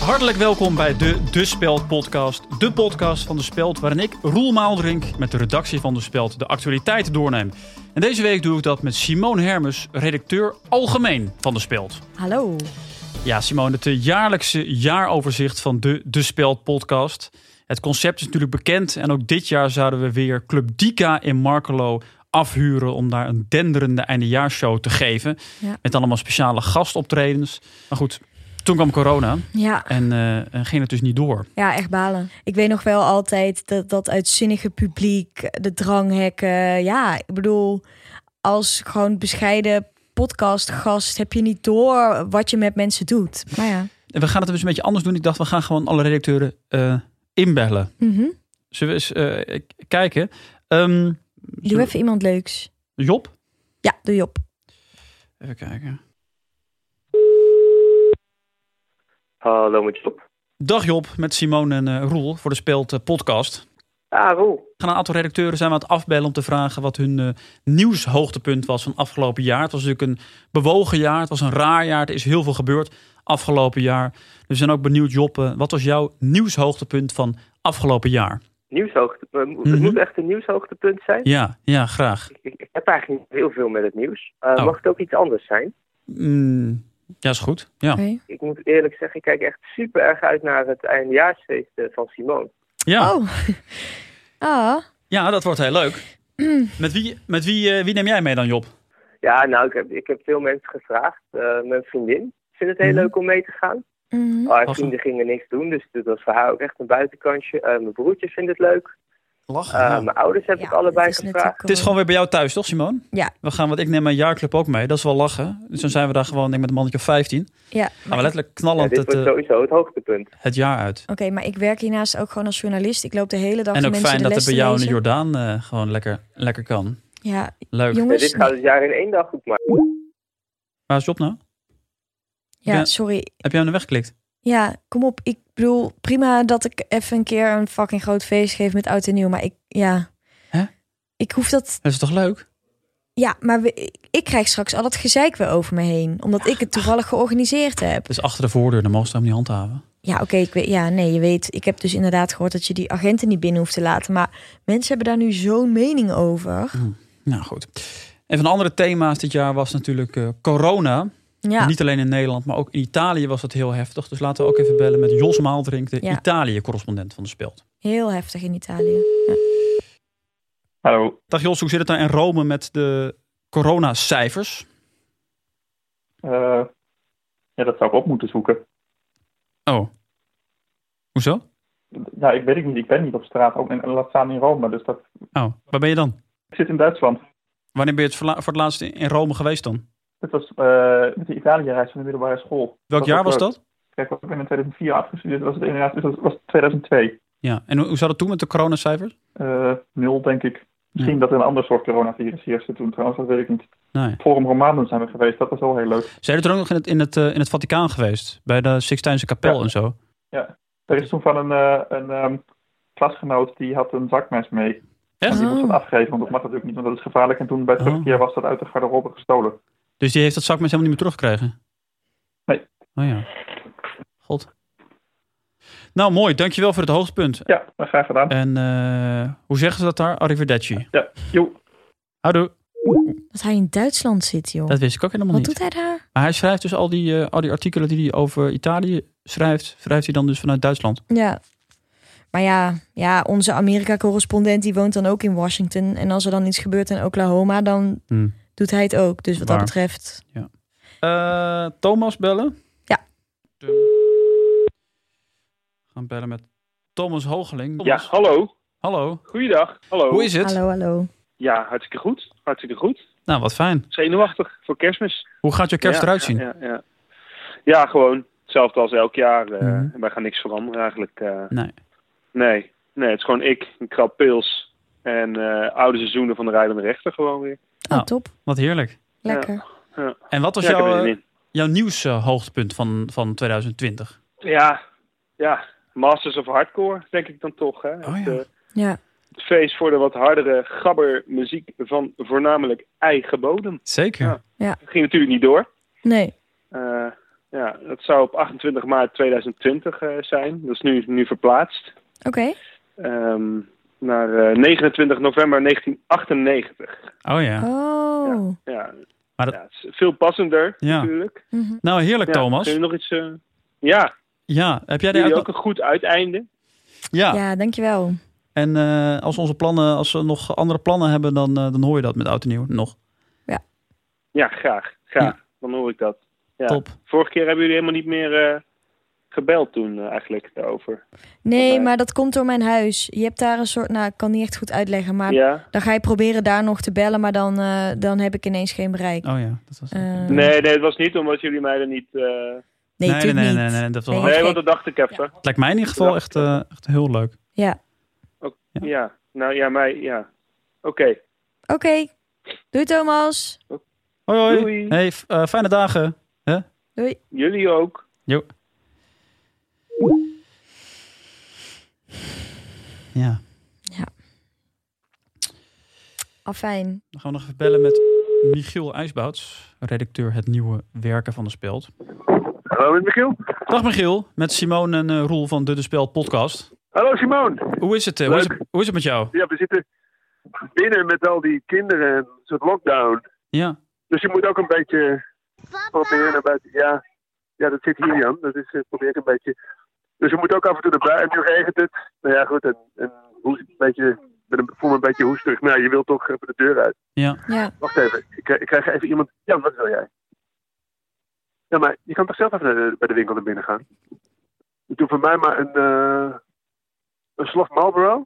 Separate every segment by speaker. Speaker 1: Hartelijk welkom bij de De Speld podcast. De podcast van De Speld waarin ik, Roel Maaldrink, met de redactie van De Speld de actualiteit doorneem. En deze week doe ik dat met Simone Hermes, redacteur algemeen van De Speld.
Speaker 2: Hallo.
Speaker 1: Ja, Simone, het eh, jaarlijkse jaaroverzicht van de De Speld podcast. Het concept is natuurlijk bekend en ook dit jaar zouden we weer Club Dika in Markelo afhuren om daar een denderende eindejaarsshow te geven.
Speaker 2: Ja.
Speaker 1: Met allemaal speciale gastoptredens. Maar goed, toen kwam corona
Speaker 2: Ja,
Speaker 1: en eh, en ging het dus niet door.
Speaker 2: ja, echt balen. Ik weet nog wel altijd dat, dat uitzinnige publiek, de dranghekken. Ja, ik bedoel, als gewoon bescheiden podcastgast heb je niet door wat je met mensen doet. Maar ja.
Speaker 1: En we gaan het dus een beetje anders doen. Ik dacht, we gaan gewoon alle redacteuren eh, inbellen.
Speaker 2: Mhm.
Speaker 1: Zullen we eens eh, k- kijken? Ehm,
Speaker 2: Doe even iemand leuks.
Speaker 1: Job?
Speaker 2: Ja, doe je op.
Speaker 1: Even kijken.
Speaker 3: Hallo met Job.
Speaker 1: Dag Job, met Simone en eh, Roel voor de Speelt eh, podcast.
Speaker 3: Ah, Roel.
Speaker 1: gaan een aantal redacteuren zijn we aan het afbellen om te vragen wat hun eh, nieuwshoogtepunt was van afgelopen jaar. Het was natuurlijk een bewogen jaar, het was een raar jaar, er is heel veel gebeurd afgelopen jaar. Dus we zijn ook benieuwd, Job, eh, wat was jouw nieuwshoogtepunt van afgelopen jaar?
Speaker 3: Nieuwshoogte. eh, mo-
Speaker 1: Mhm.
Speaker 3: Het moet echt een nieuwshoogtepunt zijn.
Speaker 1: Ja, ja, graag.
Speaker 3: Ik, ik heb eigenlijk niet heel veel met het nieuws. Eh,
Speaker 1: Oh.
Speaker 3: Mag het ook iets anders zijn?
Speaker 1: Mm, ja, is goed. Ja,
Speaker 2: Oké.
Speaker 3: Ik moet eerlijk zeggen, ik kijk echt super erg uit naar het eindejaarsfeest eh, van Simone.
Speaker 1: ja.
Speaker 2: Oh. Ah,
Speaker 1: ja dat wordt heel leuk. Met wie, met wie, eh, wie neem jij mee dan, Job?
Speaker 3: Ja, nou, ik heb, ik heb veel mensen gevraagd. Eh, mijn vriendin vindt het heel
Speaker 1: Mhm.
Speaker 3: leuk om mee te gaan.
Speaker 2: mhm.
Speaker 3: Maar haar
Speaker 1: Lachen.
Speaker 3: vrienden gingen niks doen, dus dat was voor haar ook echt een buitenkansje. Eh, mijn broertje vindt het leuk.
Speaker 1: Lachen.
Speaker 3: Eh, Mijn ouders heb
Speaker 2: Ja,
Speaker 3: ik allebei
Speaker 2: dat is
Speaker 3: gevraagd.
Speaker 2: natuurlijk
Speaker 1: Het is gewoon weer bij jou thuis, toch, Simone?
Speaker 2: Ja.
Speaker 1: We gaan, want ik neem mijn jaarclub ook mee. Dat is wel lachen. Dus dan zijn we daar gewoon, denk ik, met een mannetje of 15.
Speaker 2: Ja,
Speaker 1: Gaan we
Speaker 2: maar-
Speaker 1: letterlijk knallend
Speaker 3: Ja, dit
Speaker 1: het,
Speaker 3: wordt
Speaker 1: eh,
Speaker 3: sowieso het hoogtepunt.
Speaker 1: het jaar uit.
Speaker 2: Oké, maar ik werk hiernaast ook gewoon als journalist. Ik loop de hele dag
Speaker 1: En
Speaker 2: de
Speaker 1: ook
Speaker 2: mensen
Speaker 1: fijn
Speaker 2: de
Speaker 1: dat het
Speaker 2: les
Speaker 1: bij jou
Speaker 2: te
Speaker 1: in de
Speaker 2: lezen.
Speaker 1: Jordaan eh, gewoon lekker, lekker kan.
Speaker 2: Ja,
Speaker 1: Leuk.
Speaker 3: Ja,
Speaker 2: jongens.
Speaker 3: dit gaat het jaar in één dag goed maken.
Speaker 1: Waar is Job nou?
Speaker 2: Ja,
Speaker 1: Ja.
Speaker 2: sorry.
Speaker 1: Heb jij hem er weggeklikt?
Speaker 2: Ja, kom op. Ik bedoel, prima dat ik even een keer een fucking groot feest geef met oud en nieuw. Maar ik, ja.
Speaker 1: Hè?
Speaker 2: Ik hoef dat.
Speaker 1: Dat is toch leuk?
Speaker 2: Ja, maar we- ik krijg straks al dat gezeik weer over me heen. Omdat ik het toevallig georganiseerd heb.
Speaker 1: Dus achter de voordeur, dan mogen ze hem niet handhaven.
Speaker 2: Ja, oké. ik weet. ja, nee, je weet. Ik heb dus inderdaad gehoord dat je die agenten niet binnen hoeft te laten. Maar mensen hebben daar nu zo'n mening over.
Speaker 1: Nou goed. Een van de andere thema's dit jaar was natuurlijk eh, corona.
Speaker 2: Ja.
Speaker 1: Niet alleen in Nederland, maar ook in Italië was dat heel heftig. Dus laten we ook even bellen met Jos Maaldrink, de
Speaker 2: Ja.
Speaker 1: Italië-correspondent van de Speld.
Speaker 2: Heel heftig in Italië. Ja.
Speaker 4: Hallo.
Speaker 1: Dag Jos, hoe zit het daar in Rome met de coronacijfers?
Speaker 4: Eh, ja, dat zou ik op moeten zoeken.
Speaker 1: Oh. Hoezo?
Speaker 4: Nou, ik weet het niet. Ik ben niet op straat, ook in, laat staan in Rome. Dus dat...
Speaker 1: Oh, waar ben je dan?
Speaker 4: Ik zit in Duitsland.
Speaker 1: Wanneer ben je het verla- voor het laatst in- in Rome geweest dan?
Speaker 4: Dit was eh, met de Italië-reis van de middelbare school.
Speaker 1: Welk jaar was
Speaker 4: ook leuk.
Speaker 1: dat?
Speaker 4: Kijk, ik ben in 2004 afgestudeerd. Was het inderdaad, dus dat was 2002.
Speaker 1: Ja, en hoe hoe zat het toen met de coronacijfers?
Speaker 4: Eh, nul, denk ik. Misschien dat er een ander soort coronavirus hier zit toen trouwens, dat weet ik niet.
Speaker 1: Nee.
Speaker 4: Forum Romanum zijn we geweest, dat was wel heel leuk.
Speaker 1: Zijn jullie toen ook nog in het, in het, eh, in het Vaticaan geweest? Bij de Sixtijnse kapel
Speaker 4: Ja.
Speaker 1: en
Speaker 2: Oh.
Speaker 1: zo?
Speaker 4: Er is toen van een, eh, een ehm, klasgenoot, die had een zakmes mee.
Speaker 1: Echt?
Speaker 4: Die moest dat
Speaker 2: Oh.
Speaker 4: afgeven, want dat mag natuurlijk niet, want dat is gevaarlijk. En toen bij
Speaker 1: Oh.
Speaker 4: terugkeer was dat uit de garderobe gestolen.
Speaker 1: Dus die heeft dat zakmes helemaal niet meer teruggekregen?
Speaker 4: Nee.
Speaker 1: Oh ja. God. Nou, mooi. Dankjewel voor het hoogtepunt.
Speaker 4: Ja, maar graag gedaan.
Speaker 1: En eh, hoe zeggen ze dat daar? Arrivederci.
Speaker 4: Ja, joe.
Speaker 1: Houdoe.
Speaker 2: Dat hij in Duitsland zit, joh.
Speaker 1: Dat wist ik ook helemaal
Speaker 2: Wat
Speaker 1: niet.
Speaker 2: doet hij daar?
Speaker 1: Maar hij schrijft dus al die, eh, al die artikelen die hij over Italië schrijft, schrijft hij dan dus vanuit Duitsland.
Speaker 2: Ja. Maar ja, ja onze Amerika-correspondent die woont dan ook in Washington. En als er dan iets gebeurt in Oklahoma, dan
Speaker 1: Hm.
Speaker 2: doet hij het ook. Dus wat
Speaker 1: Waar?
Speaker 2: dat betreft.
Speaker 1: Eh, Thomas bellen?
Speaker 2: Ja.
Speaker 1: Tum. We gaan bellen met Thomas Hoogeling.
Speaker 5: Ja,
Speaker 1: Thomas,
Speaker 5: hallo.
Speaker 1: Hallo.
Speaker 5: Goeiedag. Hallo.
Speaker 1: Hoe is het?
Speaker 2: Hallo, hallo. Oh,
Speaker 5: Ja, hartstikke goed. Hartstikke goed.
Speaker 1: Nou, wat fijn.
Speaker 5: Zenuwachtig voor kerstmis.
Speaker 1: Hoe gaat je kerst
Speaker 5: Ja,
Speaker 1: eruit zien?
Speaker 5: Ja, ja, ja. Ja, gewoon. Hetzelfde als elk jaar. eh,
Speaker 1: Mhm.
Speaker 5: Wij gaan niks veranderen eigenlijk. eh.
Speaker 1: Nee.
Speaker 5: nee. Nee, het is gewoon ik, een krap pils en eh, oude seizoenen van de rijdende rechter gewoon weer.
Speaker 2: Oh,
Speaker 1: Nou,
Speaker 2: top.
Speaker 1: Wat heerlijk.
Speaker 2: Lekker.
Speaker 1: En wat was
Speaker 5: Ja, ik heb er
Speaker 1: jouw,
Speaker 5: zin
Speaker 1: eh,
Speaker 5: in.
Speaker 1: jouw nieuwshoogtepunt van, van 2020?
Speaker 5: Ja, ja. Masters of Hardcore, denk ik dan toch. Hè?
Speaker 1: Oh,
Speaker 5: Het,
Speaker 1: ja.
Speaker 5: eh,
Speaker 2: Ja.
Speaker 5: het feest voor de wat hardere gabbermuziek van voornamelijk eigen bodem.
Speaker 1: Zeker.
Speaker 5: Ja. Het ging natuurlijk niet door.
Speaker 2: Nee.
Speaker 5: Eh, Ja, dat zou op 28 maart 2020 eh, zijn. Dat is nu, nu verplaatst
Speaker 2: Oké.
Speaker 5: ehm, naar eh, 29 november 1998.
Speaker 1: Oh ja.
Speaker 2: Oh.
Speaker 5: Ja,
Speaker 1: Maar dat-
Speaker 5: ja, het is veel passender
Speaker 1: Ja.
Speaker 5: natuurlijk.
Speaker 2: Mhm.
Speaker 1: Nou, heerlijk,
Speaker 5: Ja,
Speaker 1: Thomas.
Speaker 5: Kun je nog iets... eh, ja,
Speaker 1: Ja, heb jij daar
Speaker 5: jullie
Speaker 1: ook
Speaker 5: ook
Speaker 1: nog...
Speaker 5: een goed uiteinde.
Speaker 2: Ja.
Speaker 1: Ja,
Speaker 2: dankjewel.
Speaker 1: en eh, als onze plannen, als we nog andere plannen hebben, dan, eh, dan hoor je dat met Oud en Nieuw nog.
Speaker 5: Ja, graag. Graag. Dan hoor ik dat. Ja.
Speaker 1: Top.
Speaker 5: Vorige keer hebben jullie helemaal niet meer eh, gebeld toen eh, eigenlijk daarover.
Speaker 2: Nee,
Speaker 5: Bye.
Speaker 2: maar dat komt door mijn huis. Je hebt daar een soort, nou, ik kan niet echt goed uitleggen, maar
Speaker 5: Ja?
Speaker 2: dan ga je proberen daar nog te bellen, maar dan, eh, dan heb ik ineens geen bereik.
Speaker 1: Oh ja, dat was...
Speaker 2: Eh,
Speaker 5: Nee, nee, het was niet omdat jullie mij er niet... eh,
Speaker 1: Oh,
Speaker 2: nee,
Speaker 1: nee, nee,
Speaker 2: natuurlijk
Speaker 1: nee,
Speaker 2: niet.
Speaker 1: nee, nee, dat was
Speaker 2: Nee.
Speaker 5: Nee,
Speaker 2: gek.
Speaker 5: want dat dacht ik even.
Speaker 1: Het lijkt mij in ieder geval echt, eh, echt heel leuk.
Speaker 2: Ja,
Speaker 5: Ja, nou ja, mij, ja. Oké.
Speaker 2: oké. Doei Thomas.
Speaker 1: Hoi, hoi.
Speaker 5: Doei.
Speaker 1: Hey, f- eh, fijne dagen.
Speaker 2: Doei.
Speaker 5: Jullie ook.
Speaker 1: Jo. Ja,
Speaker 2: Afijn.
Speaker 1: dan gaan we nog even bellen met Michiel IJsbouts, redacteur Het Nieuwe Werken van de Speld.
Speaker 3: Hallo met Michiel.
Speaker 1: Dag Michiel, met Simon en eh, Roel van de De Speld podcast.
Speaker 3: Hallo Simon.
Speaker 1: Hoe is het, eh, hoe is
Speaker 3: Leuk.
Speaker 1: het, hoe is het met jou?
Speaker 3: Ja, we zitten binnen met al die kinderen, een soort lockdown.
Speaker 1: Ja,
Speaker 3: Dus je moet ook een beetje proberen naar buiten. Ja, ja dat zit hier Jan. Dat is, eh, probeer ik een beetje. Dus je moet ook af en toe naar buiten. En nu regent het. Nou ja, goed. En, en hoe- een beetje, ik ben een- voel me een beetje hoestig. Nou, je wilt toch even de deur uit.
Speaker 1: ja.
Speaker 2: Ja,
Speaker 3: Wacht even. Ik, krijg- ik krijg even iemand. Jan, wat wil jij? Ja, maar je kan toch zelf even eh, bij de winkel naar binnen gaan? Je doet voor mij maar een, eh een slof Marlboro.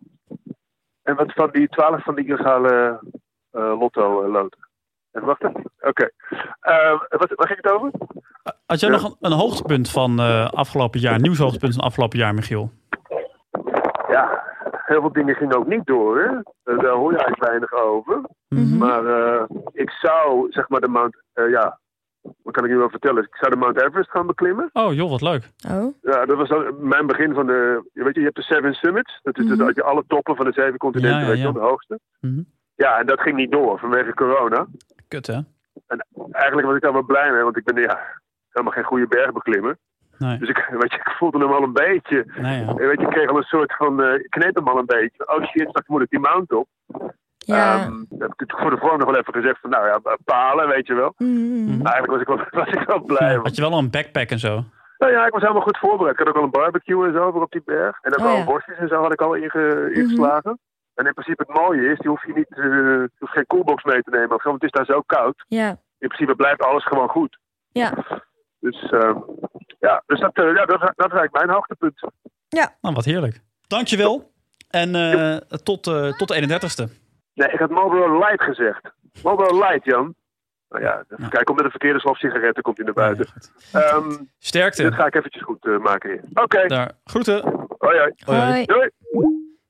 Speaker 3: En wat van die twaalf van die illegale eh lotto eh, loten. En wacht even. Oké. Eh, wat, waar ging het over?
Speaker 1: Had jij
Speaker 3: Ja.
Speaker 1: nog een, een hoogtepunt van eh, afgelopen jaar, een nieuwshoogtepunt van afgelopen jaar, Michiel?
Speaker 3: Ja, heel veel dingen gingen ook niet door. hè. Eh, Daar hoor je eigenlijk weinig over.
Speaker 2: Mhm.
Speaker 3: Maar eh, ik zou, zeg maar, de Mount... eh, ja, wat kan ik nu wel vertellen? Ik zou de Mount Everest gaan beklimmen.
Speaker 1: Oh joh, wat leuk.
Speaker 2: oh.
Speaker 3: Ja, dat was dan mijn begin van de. je Weet je, je hebt de Seven Summits. Dat is dus
Speaker 2: Mhm.
Speaker 3: dat je alle toppen van de zeven continenten,
Speaker 1: Ja, ja,
Speaker 3: weet je,
Speaker 1: ja.
Speaker 3: wel, de hoogste.
Speaker 1: Mhm.
Speaker 3: Ja, en dat ging niet door vanwege corona.
Speaker 1: Kut hè?
Speaker 3: Eigenlijk was ik daar wel blij mee, want ik ben ja, helemaal geen goede bergbeklimmer.
Speaker 1: Nee,
Speaker 3: Dus ik, weet je, ik voelde hem al een beetje.
Speaker 1: nee ja.
Speaker 3: En Weet je, ik kreeg al een soort van. eh, ik kneep hem al een beetje. Oh shit, straks moet ik die mount op.
Speaker 2: Ja.
Speaker 3: Ehm, dat heb ik voor de vorm nog wel even gezegd van, nou ja, palen, weet je wel.
Speaker 2: Mhm.
Speaker 3: Eigenlijk was ik wel, was ik wel blij.
Speaker 1: Hm, Had je wel al een backpack en zo?
Speaker 3: Nou ja, ik was helemaal goed voorbereid. Ik had ook al een barbecue en zo voor op die berg. En ook
Speaker 2: Oh
Speaker 3: al
Speaker 2: ja. Mhm.
Speaker 3: worstjes en zo had ik al inge- ingeslagen. En in principe het mooie is, die hoef je niet, eh, je hoeft geen koelbox mee te nemen of zo, want het is daar zo koud.
Speaker 2: Ja.
Speaker 3: In principe blijft alles gewoon goed.
Speaker 2: Ja.
Speaker 3: Dus, ehm, ja, dus dat, eh, ja, dat, dat is eigenlijk mijn hoogtepunt.
Speaker 1: Nou, wat heerlijk. Dankjewel. En eh, tot, eh, tot de 31ste.
Speaker 3: Nee, ik had Marlboro Light gezegd. Marlboro Light, Jan. Nou ja, even kijken, komt met een verkeerde slof sigaretten, komt hij naar buiten.
Speaker 1: Ja, goed.
Speaker 3: Ehm, dit
Speaker 1: Sterkte.
Speaker 3: ga ik eventjes goed eh, maken hier. Oké,
Speaker 1: Daar. Groeten.
Speaker 3: hoi hoi.
Speaker 2: Hoi.
Speaker 3: Doei.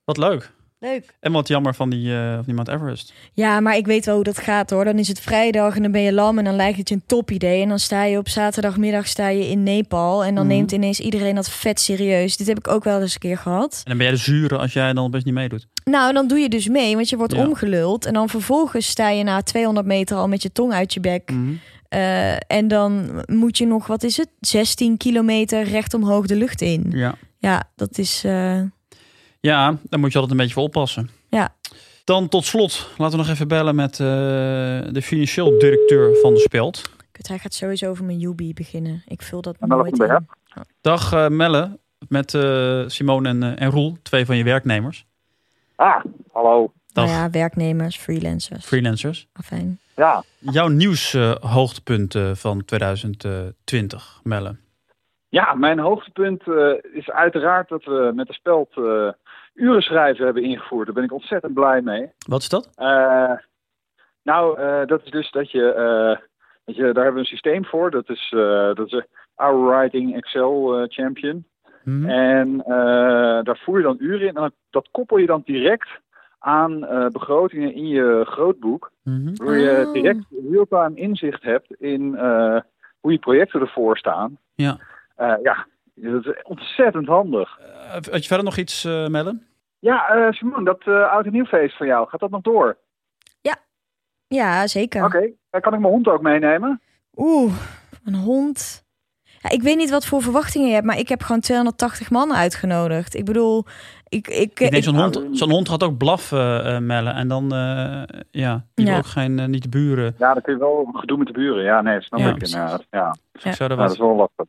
Speaker 1: Wat leuk.
Speaker 2: Leuk.
Speaker 1: En wat jammer van die, eh, van die Mount Everest.
Speaker 2: Ja, maar ik weet wel hoe dat gaat hoor. Dan is het vrijdag en dan ben je lam en dan lijkt het je een topidee. En dan sta je op zaterdagmiddag sta je in Nepal en dan
Speaker 1: Mhm.
Speaker 2: neemt ineens iedereen dat vet serieus. Dit heb ik ook wel eens een keer gehad.
Speaker 1: En dan ben jij de zure als jij dan best niet meedoet.
Speaker 2: Nou, dan doe je dus mee, want je wordt
Speaker 1: Ja.
Speaker 2: omgeluld. En dan vervolgens sta je na 200 meter al met je tong uit je
Speaker 1: Mm.
Speaker 2: bek.
Speaker 3: Mhm.
Speaker 2: Eh, en dan moet je nog, wat is het, 16 kilometer recht omhoog de lucht in.
Speaker 1: Ja.
Speaker 2: Ja, dat is... eh,
Speaker 1: ja, daar moet je altijd een beetje voor oppassen.
Speaker 2: Ja.
Speaker 1: Dan tot slot, laten we nog even bellen met eh, de financieel directeur van de Speld.
Speaker 2: Kut, hij gaat sowieso over mijn Yubi beginnen. Ik vul dat
Speaker 3: En dan
Speaker 2: nooit
Speaker 3: nog een
Speaker 2: in.
Speaker 1: Dag eh, Melle, met eh, Simone en, eh, en Roel, twee van je werknemers.
Speaker 4: Ah, hallo.
Speaker 1: Dag
Speaker 2: Nou ja, werknemers, freelancers.
Speaker 1: freelancers.
Speaker 2: Afijn.
Speaker 4: Ja,
Speaker 1: Jouw nieuws eh, hoogtepunt eh, van 2020, Melle.
Speaker 4: ja mijn hoogtepunt eh, is uiteraard dat we met de speld eh uren schrijven hebben ingevoerd. Daar ben ik ontzettend blij mee.
Speaker 1: Wat is dat?
Speaker 4: Eh, nou, eh, dat is dus dat je, eh, dat je... Daar hebben we een systeem voor. Dat is, eh dat is eh, Our Writing Excel eh, Champion.
Speaker 1: Mhm.
Speaker 4: En eh, daar voer je dan uren in. En dan- dat koppel je dan direct aan eh, begrotingen in je grootboek.
Speaker 1: Mhm.
Speaker 4: Waardoor je
Speaker 2: Ah.
Speaker 4: direct real-time inzicht hebt in eh, hoe je projecten ervoor staan.
Speaker 1: Ja.
Speaker 4: Eh, ja, dat is ontzettend handig.
Speaker 1: Eh, had je verder nog iets, eh Melle?
Speaker 4: Ja, eh Simon, dat eh oud en nieuw feest van jou, gaat dat nog door?
Speaker 2: Ja, zeker.
Speaker 4: Oké, eh, kan ik mijn hond ook meenemen?
Speaker 2: Oeh, een hond. Ja, ik weet niet wat voor verwachtingen je hebt, maar ik heb gewoon 280 man uitgenodigd. Ik bedoel, ik... ik,
Speaker 1: Ik denk,
Speaker 2: ik-
Speaker 1: zo'n hond,
Speaker 4: Nou,
Speaker 1: zo'n hond had ook blaf eh, eh, mellen. En dan, eh, ja, die wil
Speaker 2: Ja.
Speaker 1: ook geen, eh, niet de buren.
Speaker 4: Ja, dan kun je wel gedoe met de buren. Ja, nee, snap
Speaker 1: Ja,
Speaker 4: ik
Speaker 2: precies.
Speaker 4: inderdaad. Ja.
Speaker 1: Dus
Speaker 2: Ja.
Speaker 1: ik zou er
Speaker 4: Ja, dat
Speaker 1: wat...
Speaker 4: is wel lastig.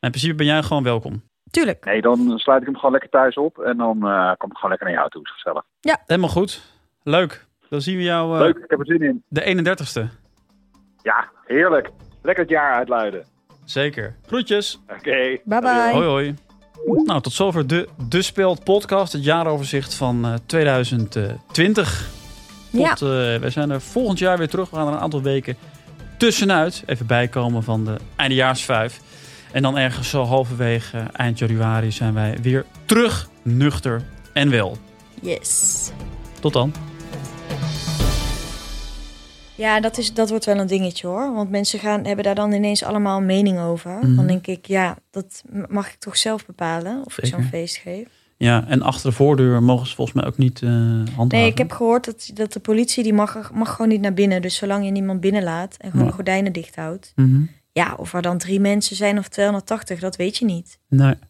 Speaker 1: In principe ben jij gewoon welkom.
Speaker 2: tuurlijk.
Speaker 4: Nee, dan sluit ik hem gewoon lekker thuis op en dan eh, kom ik gewoon lekker naar jou toe. Is gezellig.
Speaker 1: Helemaal goed. Leuk. Dan zien we jou eh,
Speaker 4: Leuk, ik heb er zin in.
Speaker 1: de 31ste.
Speaker 4: Ja, heerlijk. Lekker het jaar uitluiden.
Speaker 1: Zeker. Groetjes.
Speaker 4: Oké.
Speaker 2: Bye bye.
Speaker 1: Hoi hoi. Nou, tot zover de De Speelt podcast. Het jaaroverzicht van eh, 2020. Tot,
Speaker 2: Ja,
Speaker 1: eh, wij zijn er volgend jaar weer terug. We gaan er een aantal weken tussenuit. Even bijkomen van de eindejaarsvuif. En dan ergens zo halverwege eh, eind januari zijn wij weer terug. Nuchter en wel.
Speaker 2: yes.
Speaker 1: Tot dan.
Speaker 2: Ja, dat, is, dat wordt wel een dingetje hoor. Want mensen gaan, hebben daar dan ineens allemaal een mening over.
Speaker 1: Mhm.
Speaker 2: Dan denk ik, ja, dat m- mag ik toch zelf bepalen of ik
Speaker 1: Zeker.
Speaker 2: zo'n feest geef.
Speaker 1: Ja, en achter de voordeur mogen ze volgens mij ook niet eh handhaven.
Speaker 2: Nee, ik heb gehoord dat, dat de politie die mag, er- mag gewoon niet naar binnen. Dus zolang je niemand binnenlaat en gewoon
Speaker 1: Ja.
Speaker 2: de gordijnen dicht houdt.
Speaker 1: Mhm.
Speaker 2: Ja, of er dan drie mensen zijn of 280, dat weet je niet.
Speaker 1: Nee.